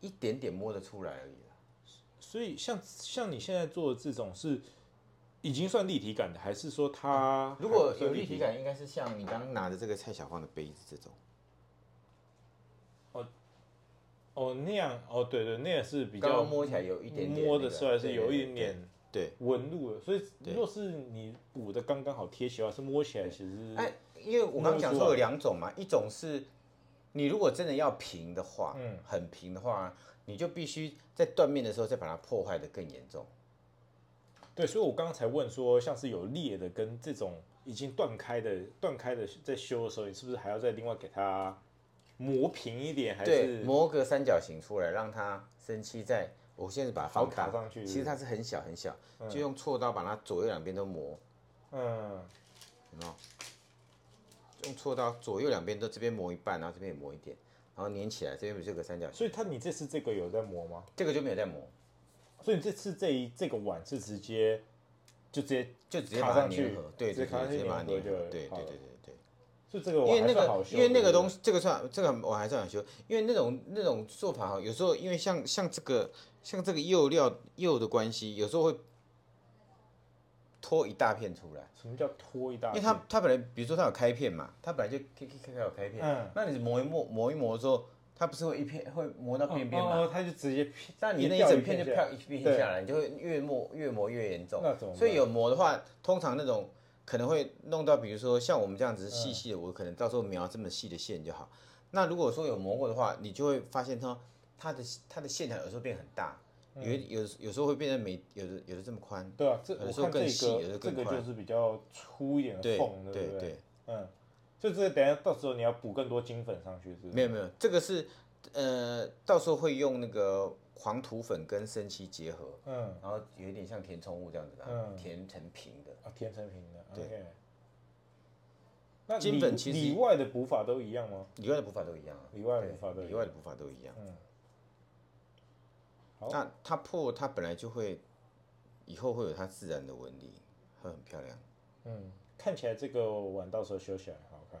S2: 一点点摸得出来而已啦。
S1: 所以像像你现在做的这种是已经算立体感的，还是说它
S2: 嗯如果
S1: 还不算
S2: 有立体
S1: 感
S2: 感，应该是像你刚拿的这个蔡小芳的杯子这种，
S1: 哦那样哦？对对，那也是比
S2: 刚
S1: 较
S2: 刚摸起来有一点点、
S1: 摸得出来是有一点
S2: 点。
S1: 点
S2: 对，
S1: 纹路的，所以
S2: 对
S1: 若是你补的刚刚好贴起来，是摸起来其实
S2: 哎，因为我刚刚讲说有两种嘛，一种是嗯你如果真的要平的话，
S1: 嗯
S2: 很平的话，你就必须在断面的时候再把它破坏的更严重。
S1: 对，所以我刚刚才问说，像是有裂的跟这种已经断开的、断开的在修的时候，你是不是还要再另外给它磨平一点，还
S2: 对，
S1: 是
S2: 磨个三角形出来，让它生漆在。我现在把它
S1: 好
S2: 放大
S1: 卡，上去？
S2: 其实它是很小很小，就用锉刀把它左右两边都磨，
S1: 嗯，
S2: 有没有？用锉刀左右两边都这边磨一半，然后这边也磨一点，然后粘起来，这边不是有个三角形，
S1: 所以它你这次这个有在磨吗？
S2: 这个就没有再磨，
S1: 所以你这次这一这个碗是直接就直接，
S2: 就直接
S1: 卡
S2: 把它
S1: 上去
S2: 粘合，对
S1: 直接
S2: 对对，
S1: 卡上去
S2: 直接把它
S1: 粘合
S2: 粘合，
S1: 就
S2: 对对
S1: 好
S2: 对
S1: 了
S2: 对对。
S1: 就这个
S2: 因
S1: 碗
S2: 为那
S1: 还算好
S2: 个，
S1: 修
S2: 因为那个东
S1: 西，
S2: 西，这个算这个我还算很修，因为那种那种做法哈，有时候因为像像这个像这个釉料釉的关系，有时候会拖一大片出来，
S1: 什么叫拖一大
S2: 因为
S1: 片？
S2: 它它本来比如说它有开片嘛，它本来就 K K K K 有开片，
S1: 嗯
S2: 那你磨一磨磨一磨之后，它不是会一片会磨到片片嘛？
S1: 哦，它就直接片，
S2: 那你那一
S1: 掉
S2: 整片就
S1: 下来
S2: 飘一片
S1: 对
S2: 下来，你就会越磨越磨越严重。
S1: 那怎么办
S2: 所以有磨的话，通常那种可能会弄到，比如说像我们这样子是细
S1: 嗯
S2: 细的，我可能到时候描这么细的线就好。那如果说有磨过的话，你就会发现它它的它的线条有时候变很大，有
S1: 嗯
S2: 有有时候会变得没有的有的这么宽。
S1: 对啊，这
S2: 有的
S1: 我
S2: 时候
S1: 看这
S2: 更细有
S1: 个
S2: 的
S1: 这
S2: 更
S1: 个
S2: 宽
S1: 就是比较粗一点的
S2: 对
S1: 缝，不
S2: 对
S1: 对？嗯，就这个等一下到时候你要补更多金粉上去，是不是？
S2: 没有没有，这个是呃，到时候会用那个黄土粉跟生漆结合，
S1: 嗯，
S2: 然后有一点像填充物这样子把它
S1: 嗯
S2: 填成平的。
S1: 啊，填成平的，
S2: 对
S1: OK。那
S2: 金
S1: 里
S2: 粉其实
S1: 里外的补法都一样吗？
S2: 里外的补法都一样啊，
S1: 里外的
S2: 对
S1: 补法都一
S2: 里外的补法都一样。
S1: 嗯好
S2: 那它破它本来就会，以后会有它自然的纹理，会很漂亮。
S1: 嗯，看起来这个碗到时候修起来很好看。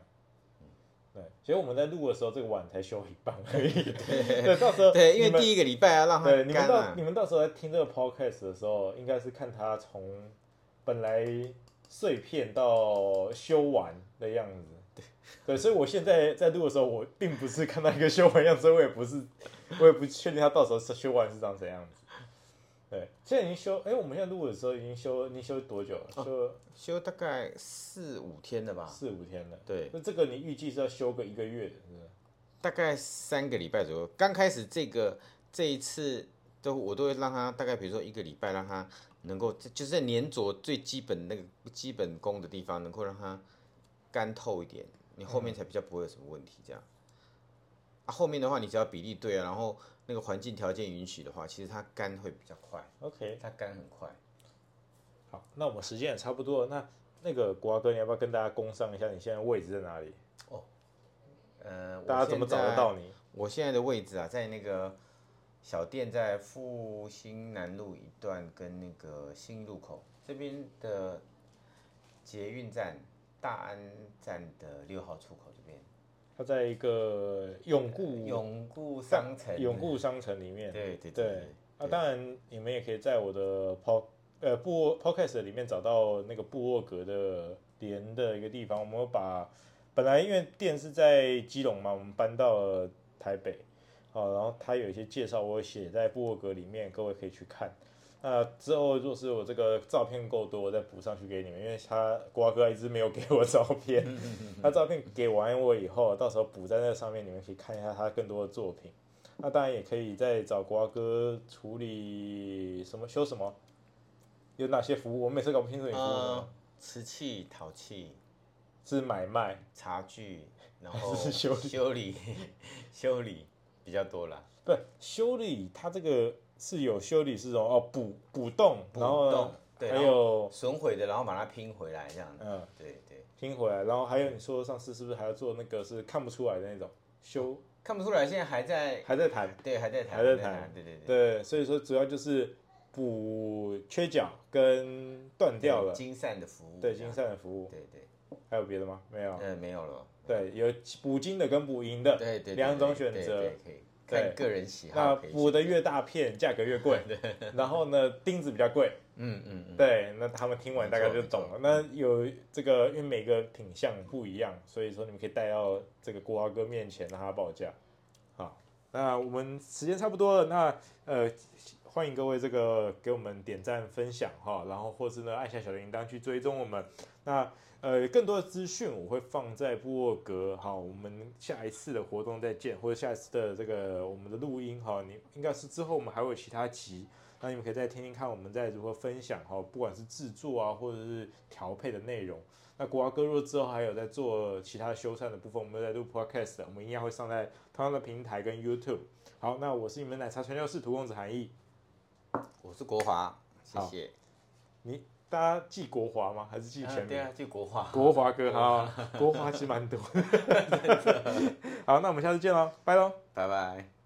S2: 嗯
S1: 对，其实我们在录的时候，这个碗才修一半而已。 <laughs> 对，到时候
S2: 对，因
S1: 呃你
S2: 为
S1: 们
S2: 第一个礼拜要让它
S1: 对，你们
S2: 干
S1: 到
S2: 啊
S1: 你。们到时候在听这个 podcast 的时候，应该是看它从本来碎片到修完的样子。对，对，所以我现在在录的时候，我并不是看到一个修完样子，所以我也不是，我也不确定它到时候是修完是长怎样子。对，现在已经修，哎、我们现在录的时候已经修，已经修多久了？修
S2: 修大概四五天的吧，
S1: 四五天了。
S2: 对，
S1: 那这个你预计是要修个一个月的，是不是？
S2: 大概三个礼拜左右。刚开始这个这一次都我都会让它大概，比如说一个礼拜，让它能够就是在粘着最基本那个基本功的地方，能够让它干透一点，你后面才比较不会有什么问题。这样、啊，后面的话你只要比例对啊，然后那个环境条件允许的话，其实它干会比较快，
S1: OK，
S2: 它干很快。
S1: 好，那我们时间也差不多了，那那个国华哥，你要不要跟大家工商一下，你现在位置在哪里？
S2: 呃，我
S1: 大家怎么找得
S2: 现在
S1: 到你？
S2: 我现在的位置啊，在那个小店，在复兴南路一段跟那个新路口这边的捷运站大安站的六号出口这边，
S1: 他在一个永固
S2: 永固商城，
S1: 永固商城里面。
S2: 对对
S1: 对
S2: 对，
S1: 啊，当然你们也可以在我的 po 呃部落 podcast 里面找到那个部落格的连的一个地方。我们会把本来因为店是在基隆嘛，我们搬到了台北，好，然后它有一些介绍，我有写在部落格里面，各位可以去看。那之后，若是我这个照片够多，我再补上去给你们，因为他瓜哥一直没有给我照片，他照片给完我以后，到时候补在那上面，你们可以看一下他更多的作品。那当然也可以再找瓜哥处理什么修什么，有哪些服务？我每次搞不清楚你服务什么，
S2: 呃，瓷器、陶器、
S1: 是买卖
S2: 茶具，
S1: <laughs>
S2: 然
S1: 还
S2: 后
S1: 是修理
S2: 修理 <laughs> 修理比较多啦。
S1: 不是修理，它这个是有修理是种哦补补洞，
S2: 补
S1: 然后
S2: 洞对，
S1: 还
S2: 然后
S1: 有
S2: 损毁的，然后把它拼回来这样子。
S1: 嗯
S2: 对对，
S1: 拼回来，然后还有你说上次是不是还要做那个是看不出来的那种修，
S2: 看不出来，现在还在，
S1: 还在谈。
S2: 对，还在谈，
S1: 还在谈
S2: 谈，对对对。
S1: 对，所以说主要就是补缺角跟断掉了，
S2: 金善的服务，
S1: 对
S2: 这
S1: 金
S2: 样
S1: 善的服务，
S2: 对对，
S1: 还有别的吗？没有。
S2: 呃，没有了，
S1: 对，有补金的跟补银的，
S2: 对对，对
S1: 两种
S2: 对
S1: 选
S2: 对
S1: 择
S2: 对。可以
S1: 对
S2: 看个人喜
S1: 那
S2: 好，可以
S1: 补的越大片，价格越 <laughs> 贵，然后呢，钉子比较贵。
S2: 嗯嗯嗯，
S1: 对，那他们听完大概就
S2: 没错
S1: 懂了。那有这个，因为每个品相不一样，所以说你们可以带到这个国华哥面前让他报价。好，那我们时间差不多了，那呃，欢迎各位这个给我们点赞分享哈，然后或是呢按下小铃铛去追踪我们。那呃，更多的资讯我会放在部落格，好，我们下一次的活动再见，或者下一次的这个我们的录音哈，你应该是之后我们还会有其他集，那你们可以再听听看我们在如何分享哈，不管是制作啊或者是调配的内容。那国华哥若之后还有在做其他修缮的部分，我们有在录 podcast，的我们一样会上在同样的平台跟 YouTube。好，那我是你们奶茶传教士涂公子韩毅，
S2: 我是国华，谢
S1: 好
S2: 谢。
S1: 大家记国华吗？还是记
S2: 啊
S1: 全
S2: 对
S1: 名？
S2: 啊，就国华，
S1: 国华哥 <laughs> 哈，国华其实蛮多的。好，那我们下次见喽，拜喽。
S2: 拜拜。